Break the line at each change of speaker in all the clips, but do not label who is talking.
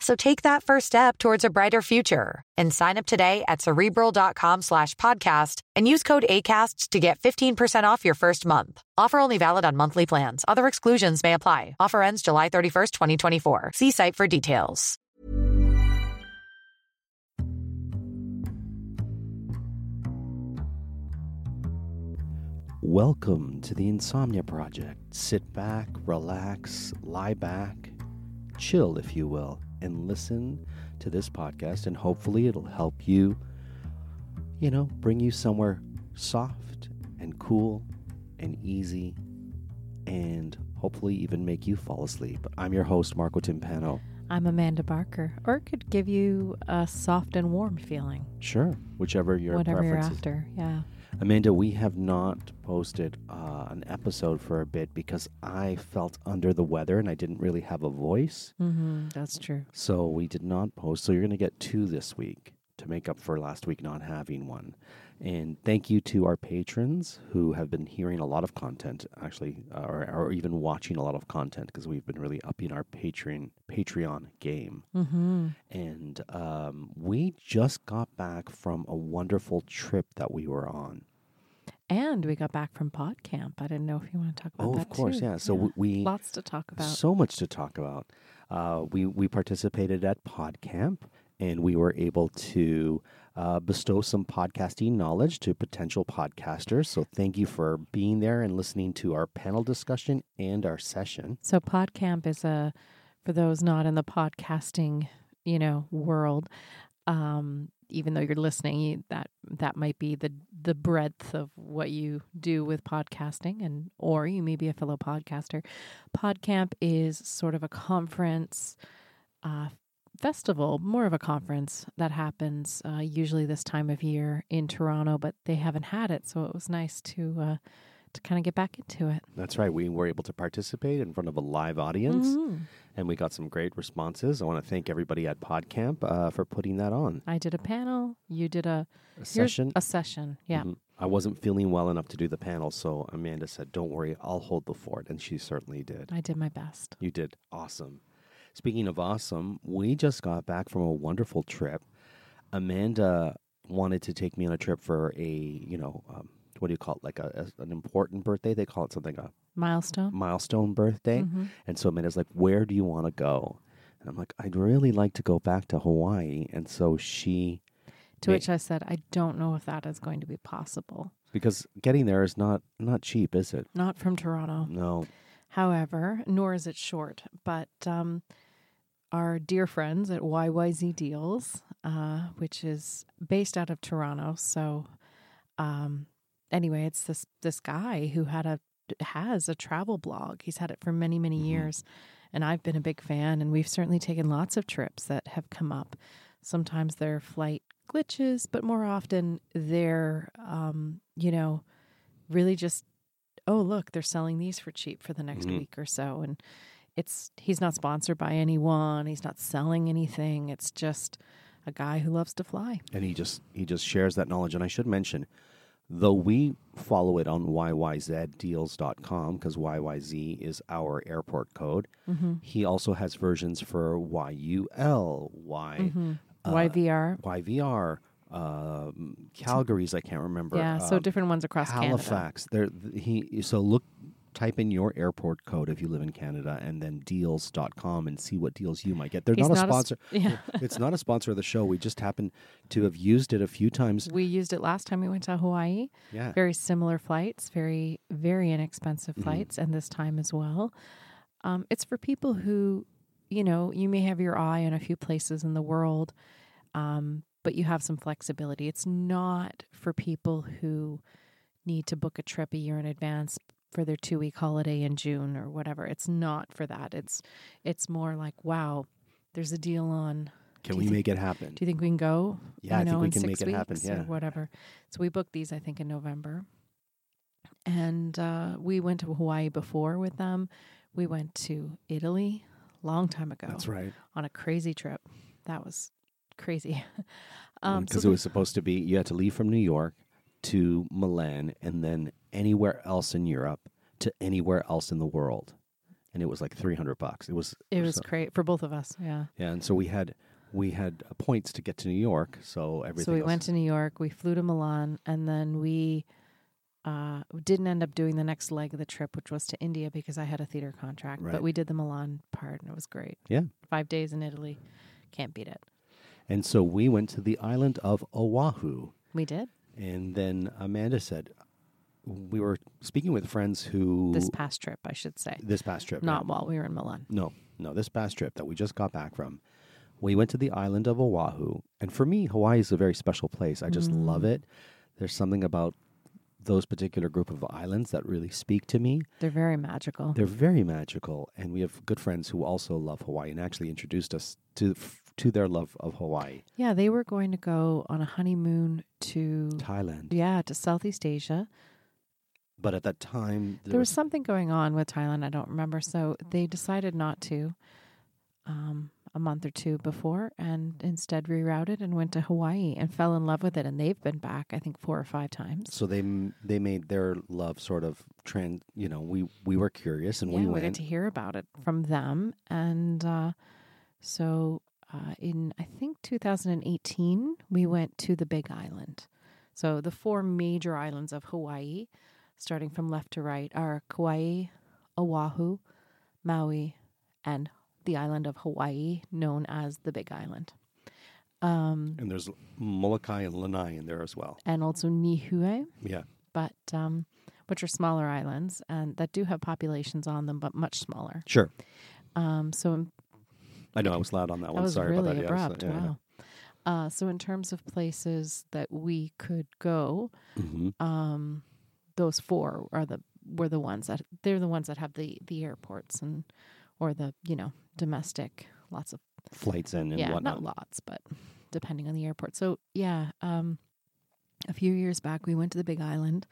So take that first step towards a brighter future and sign up today at cerebral.com slash podcast and use code ACAST to get 15% off your first month. Offer only valid on monthly plans. Other exclusions may apply. Offer ends July 31st, 2024. See site for details.
Welcome to the Insomnia Project. Sit back, relax, lie back, chill, if you will, and listen to this podcast. And hopefully, it'll help you, you know, bring you somewhere soft and cool and easy, and hopefully, even make you fall asleep. I'm your host, Marco Timpano.
I'm Amanda Barker, or it could give you a soft and warm feeling,
Sure, whichever your
whatever you're
preference is.
after. Yeah,
Amanda, we have not posted uh, an episode for a bit because I felt under the weather and I didn't really have a voice.
mm-hmm. that's true.
So we did not post. So you're going to get two this week to make up for last week not having one. And thank you to our patrons who have been hearing a lot of content, actually, uh, or, or even watching a lot of content because we've been really upping our Patreon Patreon game.
Mm-hmm.
And um, we just got back from a wonderful trip that we were on.
And we got back from pod camp. I didn't know if you want to talk about
Oh,
that.
of course,
too.
yeah. So w- we-
lots to talk about.
So much to talk about. Uh, we we participated at PodCamp, and we were able to uh, bestow some podcasting knowledge to potential podcasters. So thank you for being there and listening to our panel discussion and our session.
So PodCamp is a for those not in the podcasting, you know, world. Um, even though you're listening, you, that that might be the the breadth of what you do with podcasting, and or you may be a fellow podcaster. PodCamp is sort of a conference. Uh, Festival, more of a conference that happens uh, usually this time of year in Toronto, but they haven't had it, so it was nice to uh, to kind of get back into it.
That's right. We were able to participate in front of a live audience,
Mm-hmm.
and we got some great responses. I want to thank everybody at PodCamp uh, for putting that on.
I did a panel. You did a,
A
here's-
session.
A session, yeah.
Mhm. I wasn't feeling well enough to do the panel, so Amanda said, "Don't worry, I'll hold the fort," and she certainly did.
I did my best.
You did awesome. Speaking of awesome, we just got back from a wonderful trip. Amanda wanted to take me on a trip for a, you know, um, what do you call it? Like a, a- an important birthday. They call it something a
Milestone.
milestone birthday. And so Amanda's like, "Where do you want to go?" And I'm like, "I'd really like to go back to Hawaii." And so she,
To
Ma-
which I said, I don't know if that is going to be possible.
because getting there is not not cheap, is it?
Not from Toronto,
No.
however, nor is it short. But um, our dear friends at YYZ Deals, uh, which is based out of Toronto, so um, anyway, it's this this guy who had a has a travel blog. He's had it for many many years, and I've been a big fan. And we've certainly taken lots of trips that have come up. Sometimes their flight glitches, but more often they're um, you know really just oh look they're selling these for cheap for the next
Mhm.
week or so and it's he's not sponsored by anyone he's not selling anything it's just a guy who loves to fly
and he just he just shares that knowledge and i should mention though we follow it on yyzdeals.com because yyz is our airport code
Mm-hmm.
he also has versions for yul y
Mm-hmm. yvr
yvr um, uh, calgary's i can't remember
yeah so
um,
different ones across canada
halifax there th- he so look type in your airport code if you live in Canada and then deals.com and see what deals you might get. They're
He's
not a
not a s-
sponsor.
yeah.
it's not a sponsor of the show. We just happen to have used it a few times.
We used it last time we went to Hawaii.
Yeah.
Very similar flights, very, very inexpensive flights, and this time as well. Um, it's for people who, you know, you may have your eye on a few places in the world, um, but you have some flexibility. It's not for people who need to book a trip a year in advance for their two week holiday in June or whatever. It's not for that. It's it's more like, wow, there's a deal on
Can
do
we
you
make it happen?
do you think we can go?
Yeah, I
you
think
know,
we
in
can
six
make it
weeks
happen, yeah.
Or whatever. So we booked these, I think, in November. And uh, we went to Hawaii before with them. We went to Italy long time ago.
That's right.
On a crazy trip. That was crazy. um, so
Because Mm, it was supposed to be, you had to leave from New York to Milan and then anywhere else in Europe to anywhere else in the world. And it was like 300 bucks. It was,
it was
so-
great for both of us. Yeah.
Yeah, and so we had we had uh, points to get to New York, so everything.
So we
else-
went to New York, we flew to Milan, and then we uh, didn't end up doing the next leg of the trip, which was to India because I had a theater contract.
Right.
But we did the Milan part, and it was great.
Yeah,
Five days in Italy, can't beat it.
and so we went to the island of Oahu,
We did
and then Amanda said we were speaking with friends who
this past trip, I should say,
this past trip,
not
right?
while we were in Milan.
no, no, this past trip that we just got back from. We went to the island of Oahu, and for me, Hawaii is a very special place. I just love
Mm.
it. There's something about those particular group of islands that really speak to me.
They're very magical.
They're very magical, and we have good friends who also love Hawaii and actually introduced us to f- to their love of Hawaii,
yeah, they were going to go on a honeymoon to
Thailand.
yeah to Southeast Asia.
But at that time, there,
There was
was,
something going on with Thailand. I don't remember, so they decided not to. Um, a month or two before, and instead rerouted and went to Hawaii and fell in love with it. And they've been back, I think, four or five times.
so they m- they made their love sort of trans. You know, we we were curious and
yeah,
we
we got
went.
to hear about it from them, and uh, so uh, in I think 2018 we went to the Big Island. So the four major islands of Hawaii, starting from left to right, are Kauai, Oahu, Maui, and the island of Hawaii, known as the Big Island, um,
and there's Molokai and Lanai in there as well.
and also Niihau
Yeah,
but um, which are smaller islands and that do have populations on them, but much smaller.
sure.
Um, so in
I know I was loud on that,
That
one.
was
Oh, Sorry
really
about that. Yeah, so-
abrupt.
yeah, I know.
wow. Uh, so in terms of places that we could go,
Mhm.
um, those four are the were the ones that they're the ones that have the the airports and or the you know domestic lots of
Flights in and
yeah
whatnot.
not lots but depending on the airport. So yeah, um, a few years back we went to the Big Island.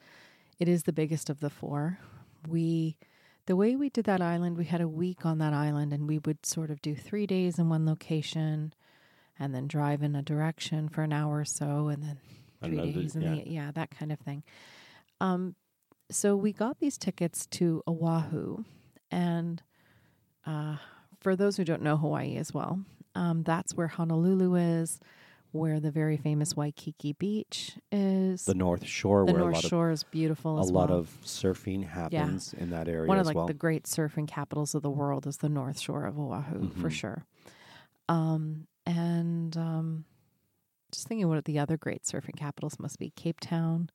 It is the biggest of the four. We the way we did that island, we had a week on that island and we would sort of do three days in one location and then drive in a direction for an hour or so and then three
Another-
days in
yeah.
the yeah, that kind of thing. Um so we got these tickets to Oahu and uh for those who don't know Hawaii as well, um, that's where Honolulu is, where the very famous Waikiki Beach is.
the North Shore,
The
where
North
a lot
Shore is beautiful.
of
as
a lot
well.
of surfing happens in that area
one of
as
like
well.
the great surfing capitals of the world is the North Shore of Oahu
Mm-hmm.
for sure. Um, and um, just thinking, what the other great surfing capitals must be: Cape Town,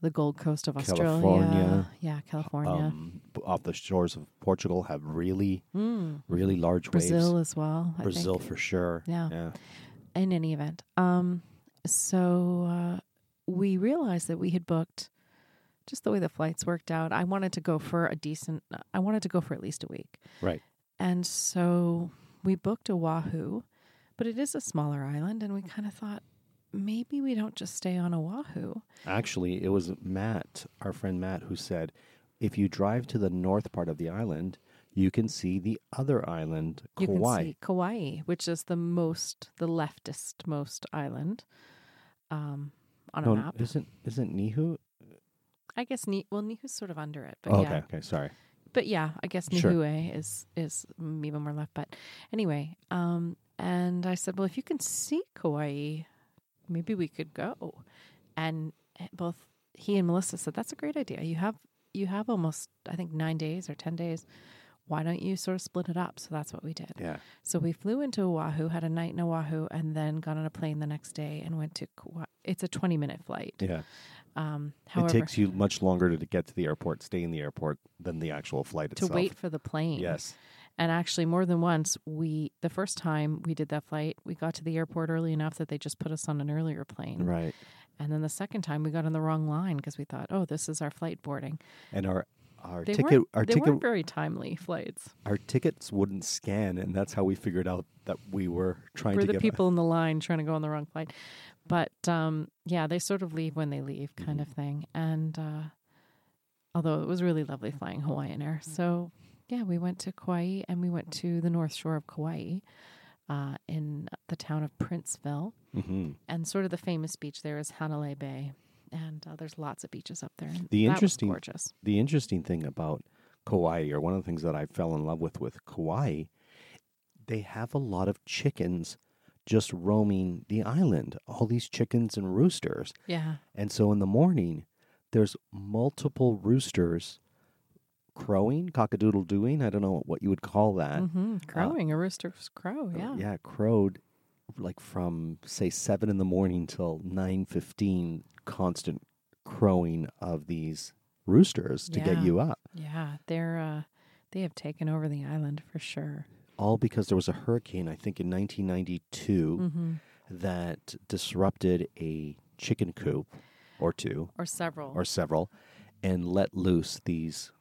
the Gold Coast of Australia,
California.
yeah, California,
um, b- off the shores of Portugal have really,
Mm.
really large
Brazil
waves.
as well. I
Brazil
think.
for sure.
Yeah.
yeah.
in any event um so uh, we realized that we had booked just the way the flights worked out i wanted to go for a decent i wanted to go for at least a week
Right.
and so we booked oahu but it is a smaller island and we kind of thought maybe we don't just stay on oahu
Actually, it was Matt, our friend Matt, who said, if you drive to the north part of the island, you can see the other island,
you
Kauai.
can see kauai which is the most the leftist most island um on
No,
a map
isn't isn't Nihu?
i guess Ni- well nihu's sort of under it but
Oh,
yeah
okay, okay, sorry.
but yeah, I guess
Sure.
Nihue is is mm, even more left. But anyway, um, and I said, well, if you can see Kauai, eh, maybe we could go. And both he and Melissa said that's a great idea. You have you have almost, I think, nine days or 10 days. Why don't you sort of split it up? So that's what we did.
Yeah.
So we flew into Oahu, had a night in Oahu, and then got on a plane the next day and went to Kauai. It's a 20 minute flight.
Yeah.
Um, however,
it takes you much longer to get to the airport, stay in the airport, than the actual flight
to
itself.
wait for the plane.
Yes.
And actually, more than once, we, the first time we did that flight, we got to the airport early enough that they just put us on an earlier plane.
Right.
And then the second time we got on the wrong line because we thought, oh, this is our flight boarding.
And our our
They
ticket
weren't,
our
they
ticket
weren't very timely flights.
our tickets wouldn't scan, and that's how we figured out that we were trying
We're
to
the
get
people in the line trying to go on the wrong flight. But um, yeah, they sort of leave when they leave, kind of thing. And uh, although it was really lovely flying Hawaiian Air. So yeah, we went to Kauai and we went to the north shore of Kauai uh, in the town of Princeville.
hmm
And sort of the famous beach there is Hanalei Bay. And uh, there's lots of beaches up there. And
The
that was
interesting-
gorgeous.
The interesting thing about Kauai, or one of the things that I fell in love with with Kauai, they have a lot of chickens just roaming the island. All these chickens and roosters.
Yeah.
And so in the morning, there's multiple roosters crowing, cockadoodle doing. I don't know what you would call that.
hmm Crowing, a rooster's crow. Oh, Yeah.
Uh, Yeah, crowed like from say seven in the morning till nine fifteen, constant crowing of these roosters to get
Yeah.
you up.
Yeah, they're uh, they have taken over the island for sure.
All because there was a hurricane, I think in 1992,
Mm. Mm-hmm.
that disrupted a chicken coop or two.
Or several.
or several, and let loose these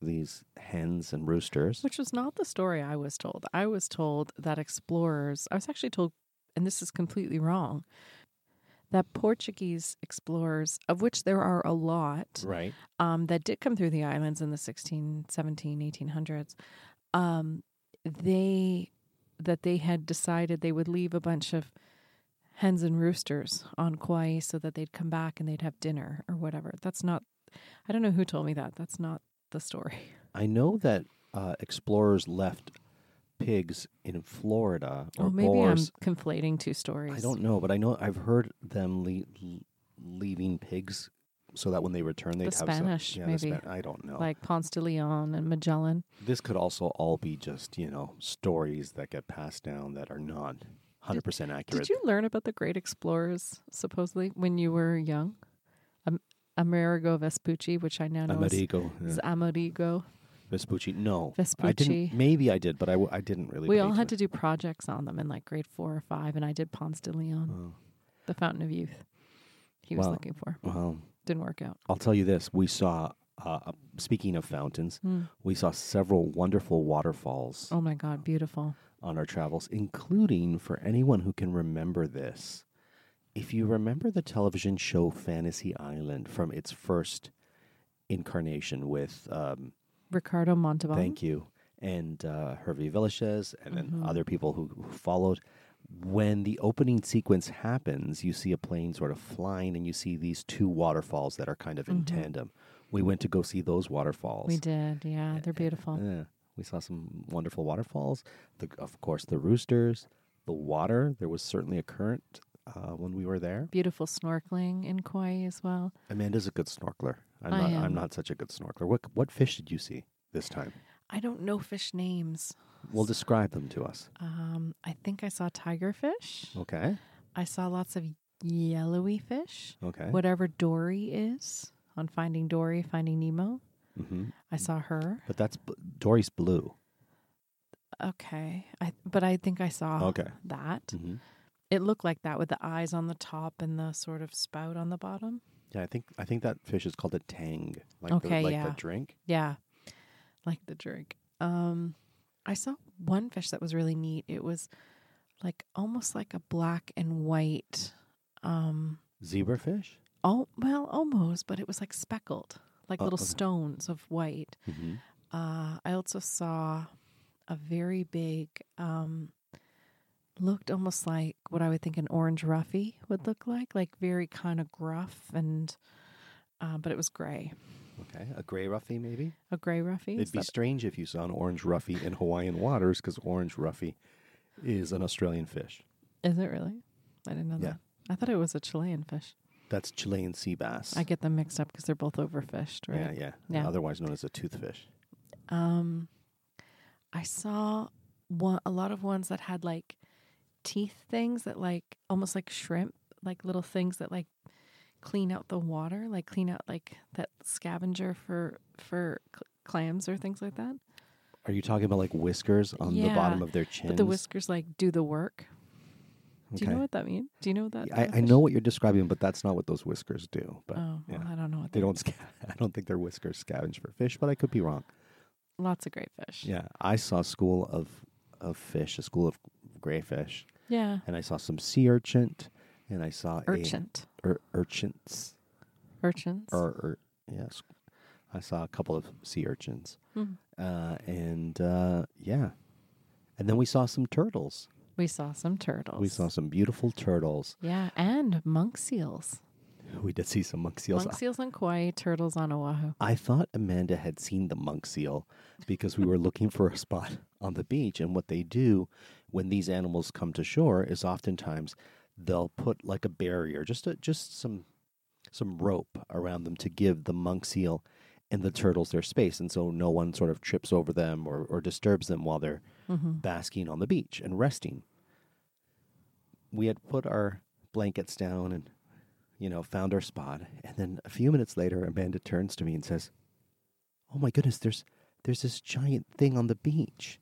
these hens and roosters.
Which was not the story I was told. I was told that explorers, I was actually told, and this is completely wrong, that Portuguese explorers, of which there are a lot,
Right.
um, that did come through the islands in the 16, 17, 1800s, um, they that they had decided they would leave a bunch of hens and roosters on Kauai so that they'd come back and they'd have dinner or whatever. That's not. I don't know who told me that. That's not the story.
I know that uh, explorers left pigs in Florida or
Or Oh, maybe
boars.
I'm conflating two stories.
I don't know, but I know I've heard them le- l- leaving pigs so that when they return, they'd have some-
Spanish,
yeah,
maybe.
I don't know.
Like Ponce de Leon and Magellan.
this could also all be just you know stories that get passed down that are not hundred percent accurate.
Did you learn about the great explorers supposedly when you were young? Um, Amerigo Vespucci, which I now know is
Amerigo, yeah.
is Amerigo.
Vespucci? No, I
Vespucci.
didn't. Maybe I did, but I, w- I didn't really.
We
pay
all
too
had to do projects on them in like grade four or five, and I did Ponce de Leon, the Fountain of Youth. He was
Wow.
looking for
Well,
didn't work out.
I'll tell you this: we saw. Uh, speaking of fountains,
Hmm.
we saw several wonderful waterfalls
Oh my God, beautiful!
on our travels, including for anyone who can remember this. If you remember the television show Fantasy Island from its first incarnation with, um,
Ricardo Montalban.
thank you, and uh, Hervey Villaches, and then other people who, who followed. When the opening sequence happens, you see a plane sort of flying, and you see these two waterfalls that are kind of in tandem. We went to go see those waterfalls.
We did, yeah, they're beautiful.
Yeah, we saw some wonderful waterfalls. The, of course, the roosters, the water. There was certainly a current uh, when we were there.
Beautiful snorkeling in Kauai as well.
Amanda's a good snorkeler. I'm
I
not.
am.
I'm not such a good snorkeler. What what fish did you see this time?
I don't know fish names.
Well, describe them to us.
Um, I think I saw tigerfish.
Okay.
I saw lots of yellowy fish.
Okay.
Whatever Dory is on Finding Dory, Finding Nemo.
hmm
I saw her.
But that's bl- Dory's blue.
Okay, I but I think I saw
Okay.
that.
Mhm.
It looked like that with the eyes on the top and the sort of spout on the bottom.
Yeah, I think I think that fish is called a tang, like
Okay,
the, like the
yeah.
drink.
Yeah, like the drink. Um, I saw one fish that was really neat. It was like almost like a black and white. Um,
Zebra fish.
oh well, almost, but it was like speckled, like
Oh,
little
okay.
stones of white.
Mm-hmm.
Uh, I also saw a very big, um, looked almost like what I would think an orange ruffy would look like, like very kind of gruff and, uh, but it was gray,
Okay, a gray ruffy maybe.
a gray ruffy.
It'd
Is
be
that-
strange if you saw an orange ruffy in Hawaiian waters because orange ruffy is an Australian fish.
is it really? I didn't know
Yeah.
that. I thought it was a Chilean fish.
That's Chilean sea bass.
I get them mixed up because they're both overfished,
yeah,
right?
yeah,
Yeah.
Otherwise known as a toothfish.
Um, I saw one, a lot of ones that had like teeth things that like almost like shrimp, like little things that like clean out the water, like clean out like that scavenger for for cl- clams or things like that.
Are you talking about like whiskers on the
Yeah,
bottom of their chin?
But the whiskers like do the work. Do you know what that means? Do you know what that?
I, I know what you're describing, but that's not what those whiskers do. But
Oh,
yeah.
well, I don't know what
they don't. Sca- I don't think their whiskers scavenge for fish, but I could be wrong.
Lots of great fish.
Yeah, I saw a school of of fish, a school of grayfish,
Yeah.
and I saw some sea urchin, and I saw
Urchin.
a ur- urchins
Urchins.
or, or yes, I saw a couple of sea urchins,
Mhm.
uh, and uh, yeah, and then we saw some turtles.
we saw some turtles.
We saw some beautiful turtles.
Yeah, and monk seals.
We did see some monk seals.
Monk seals on Kauai, turtles on Oahu.
I thought Amanda had seen the monk seal because we were looking for a spot on the beach. And what they do when these animals come to shore is oftentimes they'll put like a barrier, just a, just some some rope around them to give the monk seal and the turtles their space, and so no one sort of trips over them or, or disturbs them while they're basking on the beach and resting. We had put our blankets down and you know, found our spot. And then a few minutes later, Amanda turns to me and says, Oh my goodness, there's there's this giant thing on the beach.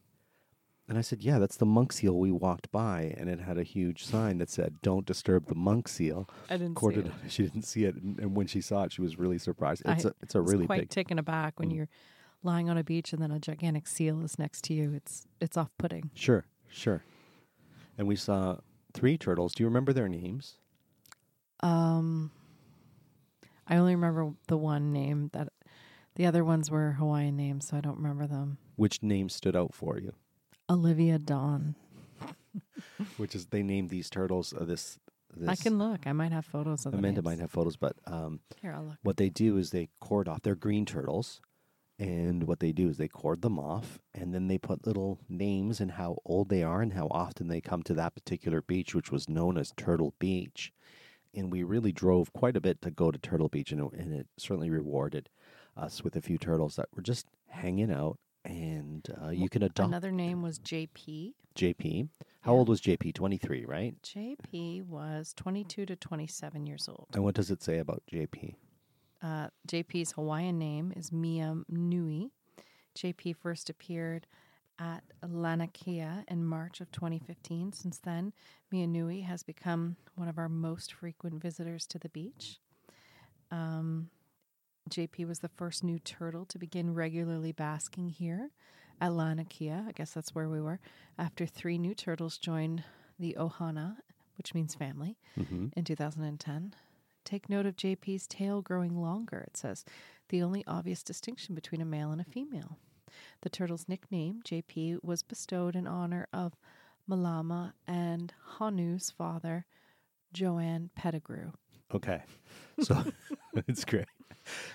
And I said, Yeah, that's the monk seal we walked by. And it had a huge sign that said, Don't disturb the monk seal.
I didn't see
According
it.
she didn't see it. And and when she saw it, she was really surprised. It's
I
a it's a
was
really
quite
big. Mm.
taken aback when you're lying on a beach and then a gigantic seal is next to you. It's it's off putting.
sure, sure. And we saw three turtles. Do you remember their names?
Um, I only remember the one name that the other ones were Hawaiian names, so I don't remember them.
Which name stood out for you?
Olivia Dawn.
Which is they named these turtles uh, this. this
I can look. I might have photos of them.
Amanda might have photos, but um,
Here, I'll look.
what they do is they cord off. They're green turtles, and what they do is they cord them off, and then they put little names and how old they are and how often they come to that particular beach, which was known as Turtle Beach. And we really drove quite a bit to go to Turtle Beach, and it, and it certainly rewarded us with a few turtles that were just hanging out. And uh, you can adopt
Another name was JP.
JP. How old was JP? Twenty three, right?
JP was 22 to 27 years old.
And what does it say about JP?
Uh, JP's Hawaiian name is Mia Nui. JP first appeared at Lanakia in March of 2015. Since then, Mia Nui has become one of our most frequent visitors to the beach. Um, JP was the first new turtle to begin regularly basking here at Lanakia. I guess that's where we were. After three new turtles joined the Ohana, which means family, in 2010. Take note of JP's tail growing longer, it says, the only obvious distinction between a male and a female. The turtle's nickname, JP, was bestowed in honor of Malama and Hanu's father, Joanne Pettigrew.
Okay. So it's great.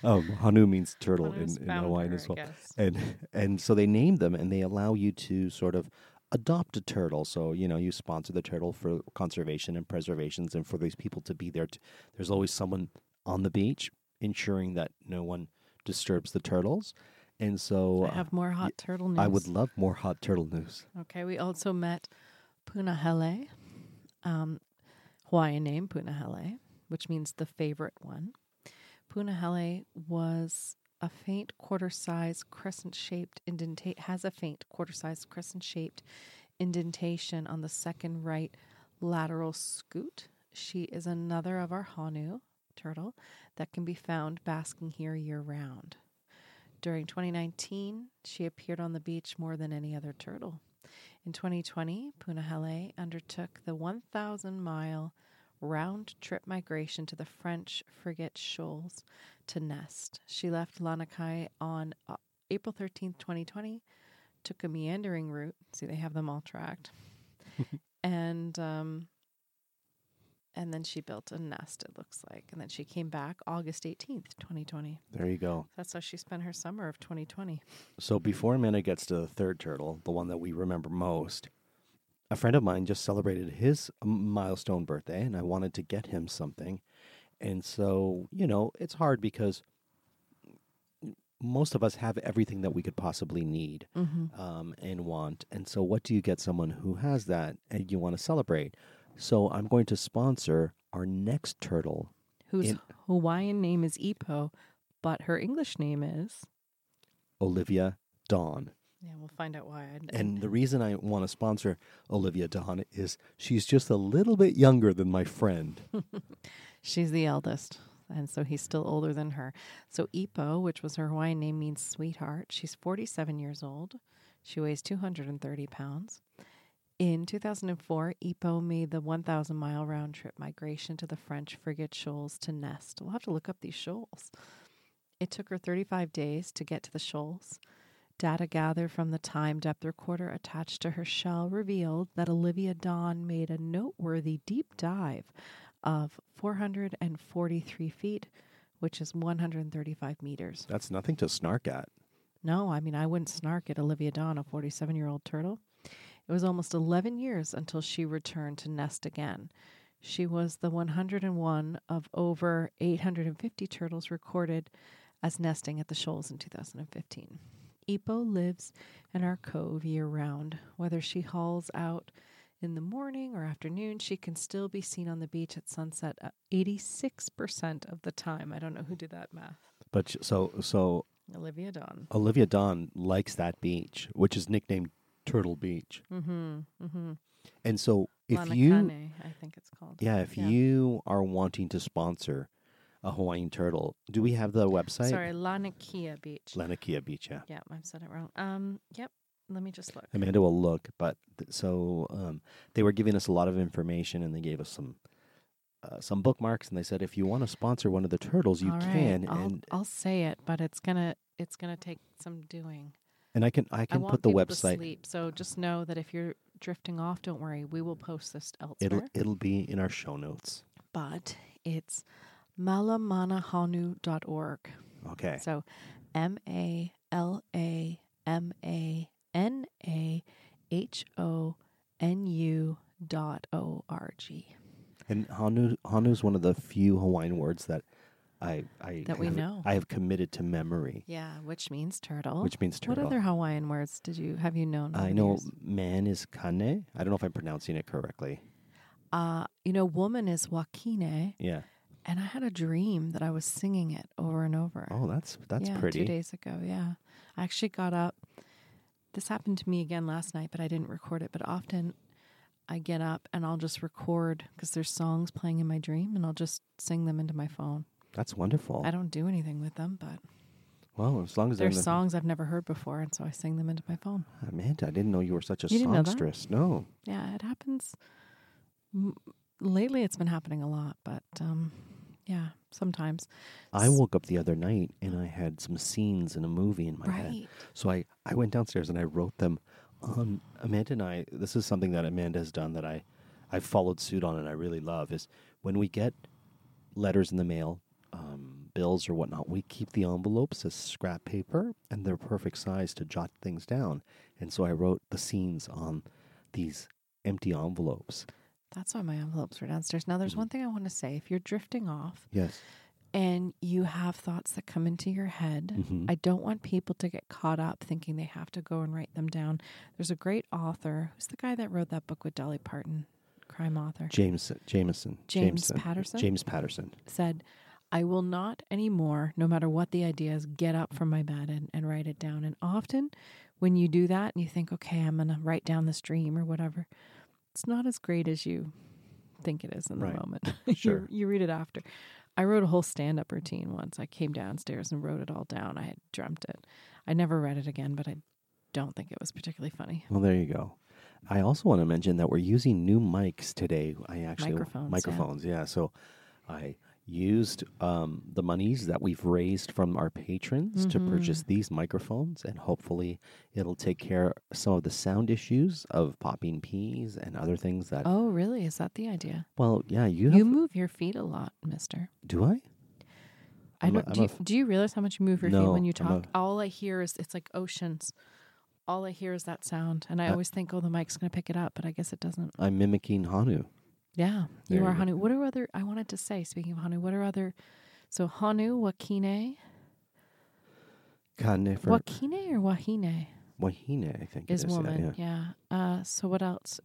Um, Hanu means turtle
Hanu's
in, in Hawaiian
founder,
as
I
well.
guess.
And and so they name them and they allow you to sort of adopt a turtle. So, you know, you sponsor the turtle for conservation and preservations and for these people to be there. To, there's always someone on the beach ensuring that no one disturbs the turtles. And so
I have more hot turtle news.
uh, I would love more hot turtle news.
Okay, we also met Punahele, um, Hawaiian name Punahele, which means the favorite one. Punahele was a faint quarter-sized crescent-shaped indentation has a faint quarter-sized crescent-shaped indentation on the second right lateral scoot. She is another of our Hanu turtle that can be found basking here year-round. During 2019, she appeared on the beach more than any other turtle. In 2020, Punahele undertook the 1,000 mile round trip migration to the French Frigate Shoals to nest. She left Lanakai on uh, April 13th, 2020, took a meandering route. See, they have them all tracked. and um, and then she built a nest, it looks like. And then she came back August 18th, 2020.
There you go.
That's how she spent her summer of 2020.
So before Amanda gets to the third turtle, the one that we remember most, a friend of mine just celebrated his milestone birthday, and I wanted to get him something. And so, you know, it's hard because most of us have everything that we could possibly need
Mm-hmm.
um, and want. And so, what do you get someone who has that and you want to celebrate? So, I'm going to sponsor our next turtle.
Whose
In-
Hawaiian name is Ipo, but her English name is.
Olivia Dawn.
Yeah, we'll find out why. I-
And the reason I want to sponsor Olivia Dawn is she's just a little bit younger than my friend.
She's the eldest, and so he's still older than her. So Ipo, which was her Hawaiian name, means sweetheart. She's 47 years old. She weighs 230 pounds. In 2004, Ipo made the 1,000 mile round trip migration to the French frigate shoals to nest. We'll have to look up these shoals. It took her 35 days to get to the shoals. Data gathered from the time depth recorder attached to her shell revealed that Olivia Dawn made a noteworthy deep dive of 443 feet, which is 135 meters.
That's nothing to snark at.
No, I mean, I wouldn't snark at Olivia Dawn, a 47 year old turtle. It was almost 11 years until she returned to nest again. She was the 101 of over 850 turtles recorded as nesting at the shoals in 2015. Ipo lives in our cove year round. Whether she hauls out in the morning or afternoon, she can still be seen on the beach at sunset uh, 86% of the time. I don't know who did that math.
But sh- so so
Olivia Dawn.
Olivia Dawn likes that beach, which is nicknamed Turtle Beach.
Mm-hmm. Mm-hmm.
And so if
Lana
you
Kane, I think it's called.
yeah, if you are wanting to sponsor a Hawaiian turtle, do we have the website?
Sorry, Lanakia Beach.
Lanakia Beach, yeah.
yeah, I've said it wrong. Um, yep. Let me just look.
Amanda will look, but th- so um, they were giving us a lot of information, and they gave us some uh, some bookmarks, and they said if you want to sponsor one of the turtles, you
All right,
can,
I'll,
and
I'll say it, but it's gonna it's gonna take some doing.
and I can I
I
can
want
put the
people To
website.
sleep, so just know that if you're drifting off, don't worry. We will post this elsewhere.
It'll e it'll be in our show notes.
but it's malamanahanu.org.
Okay,
So M A L A M A N A H O N U dot O R G.
and Hanu Hanu is one of the few Hawaiian words that I I
That we
have-
know.
I have committed to memory,
Yeah, which means turtle.
which means turtle.
What other Hawaiian words did you have you known? over
I
the
know
years?
man is kane. I don't know if I'm pronouncing it correctly.
Uh, you know, woman is wakine,
Yeah.
and I had a dream that I was singing it over and over.
Oh, that's that's
yeah,
pretty.
Two days ago, yeah. I actually got up. This happened to me again last night, but I didn't record it. But often I get up and I'll just record because there's songs playing in my dream and I'll just sing them into my phone.
That's wonderful.
I don't do anything with them, but
Well, as long as they're in
there's
the-
songs I've never heard before. And so I sing them into my phone.
Amanda, I didn't know you were such a
You didn't know that?
songstress. No.
Yeah, it happens. M- Lately, it's been happening a lot, but um, yeah, sometimes.
I woke up the other night and I had some scenes in a movie in my head.
Right.
So I, I went downstairs and I wrote them on Amanda and I this is something that Amanda has done that I I've followed suit on and I really love is when we get letters in the mail, um, bills or whatnot, we keep the envelopes as scrap paper and they're perfect size to jot things down. And so I wrote the scenes on these empty envelopes.
That's why my envelopes were downstairs. Now,
Mm-hmm.
there's one thing I want to say. If you're drifting off,
Yes.
and you have thoughts that come into your head, I don't want people to get caught up thinking they have to go and write them down. There's a great author who's the guy that wrote that book with Dolly Parton, crime author,
James Jameson.
James
Jameson.
Patterson?
James Patterson.
said, I will not anymore, no matter what the idea is, get up from my bed and, and write it down. And often when you do that and you think, okay, I'm going to write down this dream or whatever, it's not as great as you think it is in
Right.
the moment.
Sure.
you, you read it after. I wrote a whole stand up routine once. I came downstairs and wrote it all down. I had dreamt it. I never read it again, but I don't think it was particularly funny.
Well, there you go. I also want to mention that we're using new mics today. I actually
Microphones, yeah.
microphones, yeah. So I used um, the monies that we've raised from our patrons
Mm-hmm.
to purchase these microphones, and hopefully it'll take care of some of the sound issues of popping peas and other things that.
Oh, really? Is that the idea?
Well, yeah, you
You,
have.
move your feet a lot, mister.
do I?
I
I'm a-
don't.
I'm
do,
a
you,
f-
do you realize how much you move your feet
No,
when you
I'm a-
talk? All I hear is it's like oceans. All I hear is that sound, and I always think, "Oh, the mic's going to pick it up," but I guess it doesn't.
I'm mimicking Hanu.
Yeah,
There
you are
you go.
Hanu. What are other? I wanted to say. Speaking of Hanu, what are other? So Hanu, Wakine,
Kane for
Wakine or Wahine
Wahine, I think it
is
yeah,
woman.
yeah.
Yeah. Uh, so what else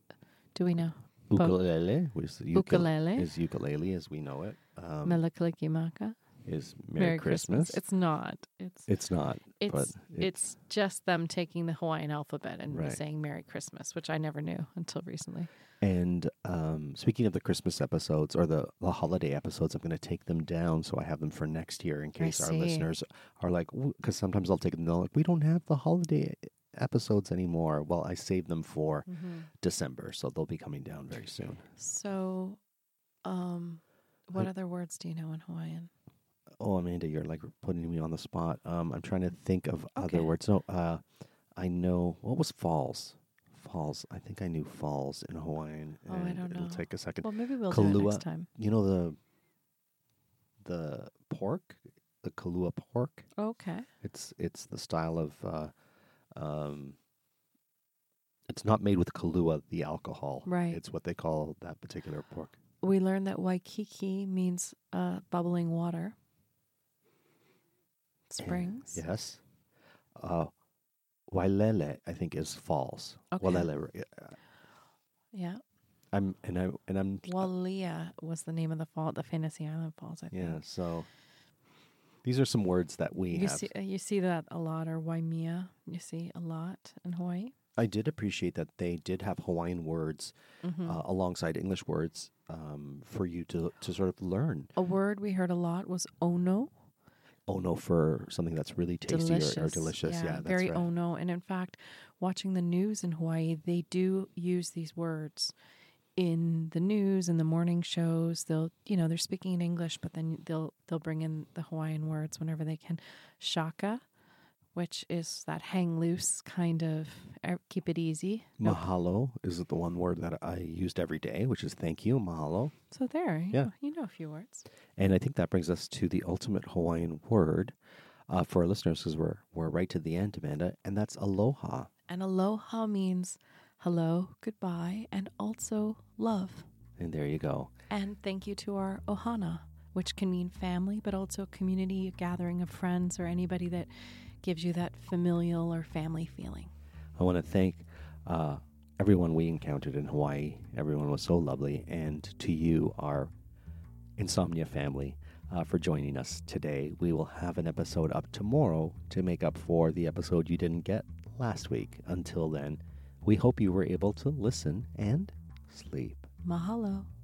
do we know? Both.
Ukulele, which is ukule-
Ukulele.
is ukulele as we know it. Um,
Melakalikimaka.
is Merry, Christmas.
It's not. It's
It's not,
it's
but
it's, just them taking the Hawaiian alphabet and
Right.
saying Merry Christmas, which I never knew until recently.
And um, speaking of the Christmas episodes or the, the holiday episodes, I'm going to take them down so I have them for next year in case our
see.
listeners are like, because sometimes I'll take them, they're like, we don't have the holiday e-, episodes anymore. Well, I saved them for
Mm.
December, so they'll be coming down very soon.
So, um, what other words do you know in Hawaiian?
Oh, Amanda, you're like putting me on the spot. Um, I'm trying to think of
Okay.
other words. No, uh, I know what was falls. Falls. I think I knew falls in Hawaiian.
Oh, I
and
don't
It'll
know.
take a second.
Well, maybe we'll do it
Kalua.
next time.
you know the the pork, the Kalua pork.
Okay.
It's it's the style of. Uh, um, it's not made with Kalua, the alcohol.
Right.
It's what they call that particular pork.
we learned that Waikiki means uh, bubbling water,
And-
springs.
yes. Uh, Wailele, I think, is falls.
Okay.
Wailele.
Yeah.
Uh, I'm and I and I'm uh,
Walia was the name of the fall, the Fantasy Island Falls, I think.
yeah. So these are some words that we
You
have.
see, uh, you see that a lot, or Waimea, you see a lot in Hawaii.
I did appreciate that they did have Hawaiian words
Mm-hmm.
uh, alongside English words um, for you to to sort of learn.
A word we heard a lot was ono,
Oh no, for something that's really tasty
delicious,
Or, or delicious. Yeah, that's
very
right.
ono. And in fact, watching the news in Hawaii, they do use these words in the news in the morning shows. They'll, you know, they're speaking in English, but then they'll they'll bring in the Hawaiian words whenever they can. Shaka, which is that hang loose kind of uh, keep it easy.
Mahalo is the one word that I used every day, which is thank you, mahalo.
So there, you
Yeah.
know, you know a few words.
And I think that brings us to the ultimate Hawaiian word uh, for our listeners because we're, we're right to the end, Amanda, and that's aloha.
And aloha means hello, goodbye, and also love.
And there you go.
And thank you to our ohana, which can mean family, but also community, a gathering of friends, or anybody that gives you that familial or family feeling.
I want to thank uh, everyone we encountered in Hawaii. Everyone was so lovely. And to you, our Insomnia family, uh, for joining us today. We will have an episode up tomorrow to make up for the episode you didn't get last week. Until then, we hope you were able to listen and sleep.
Mahalo.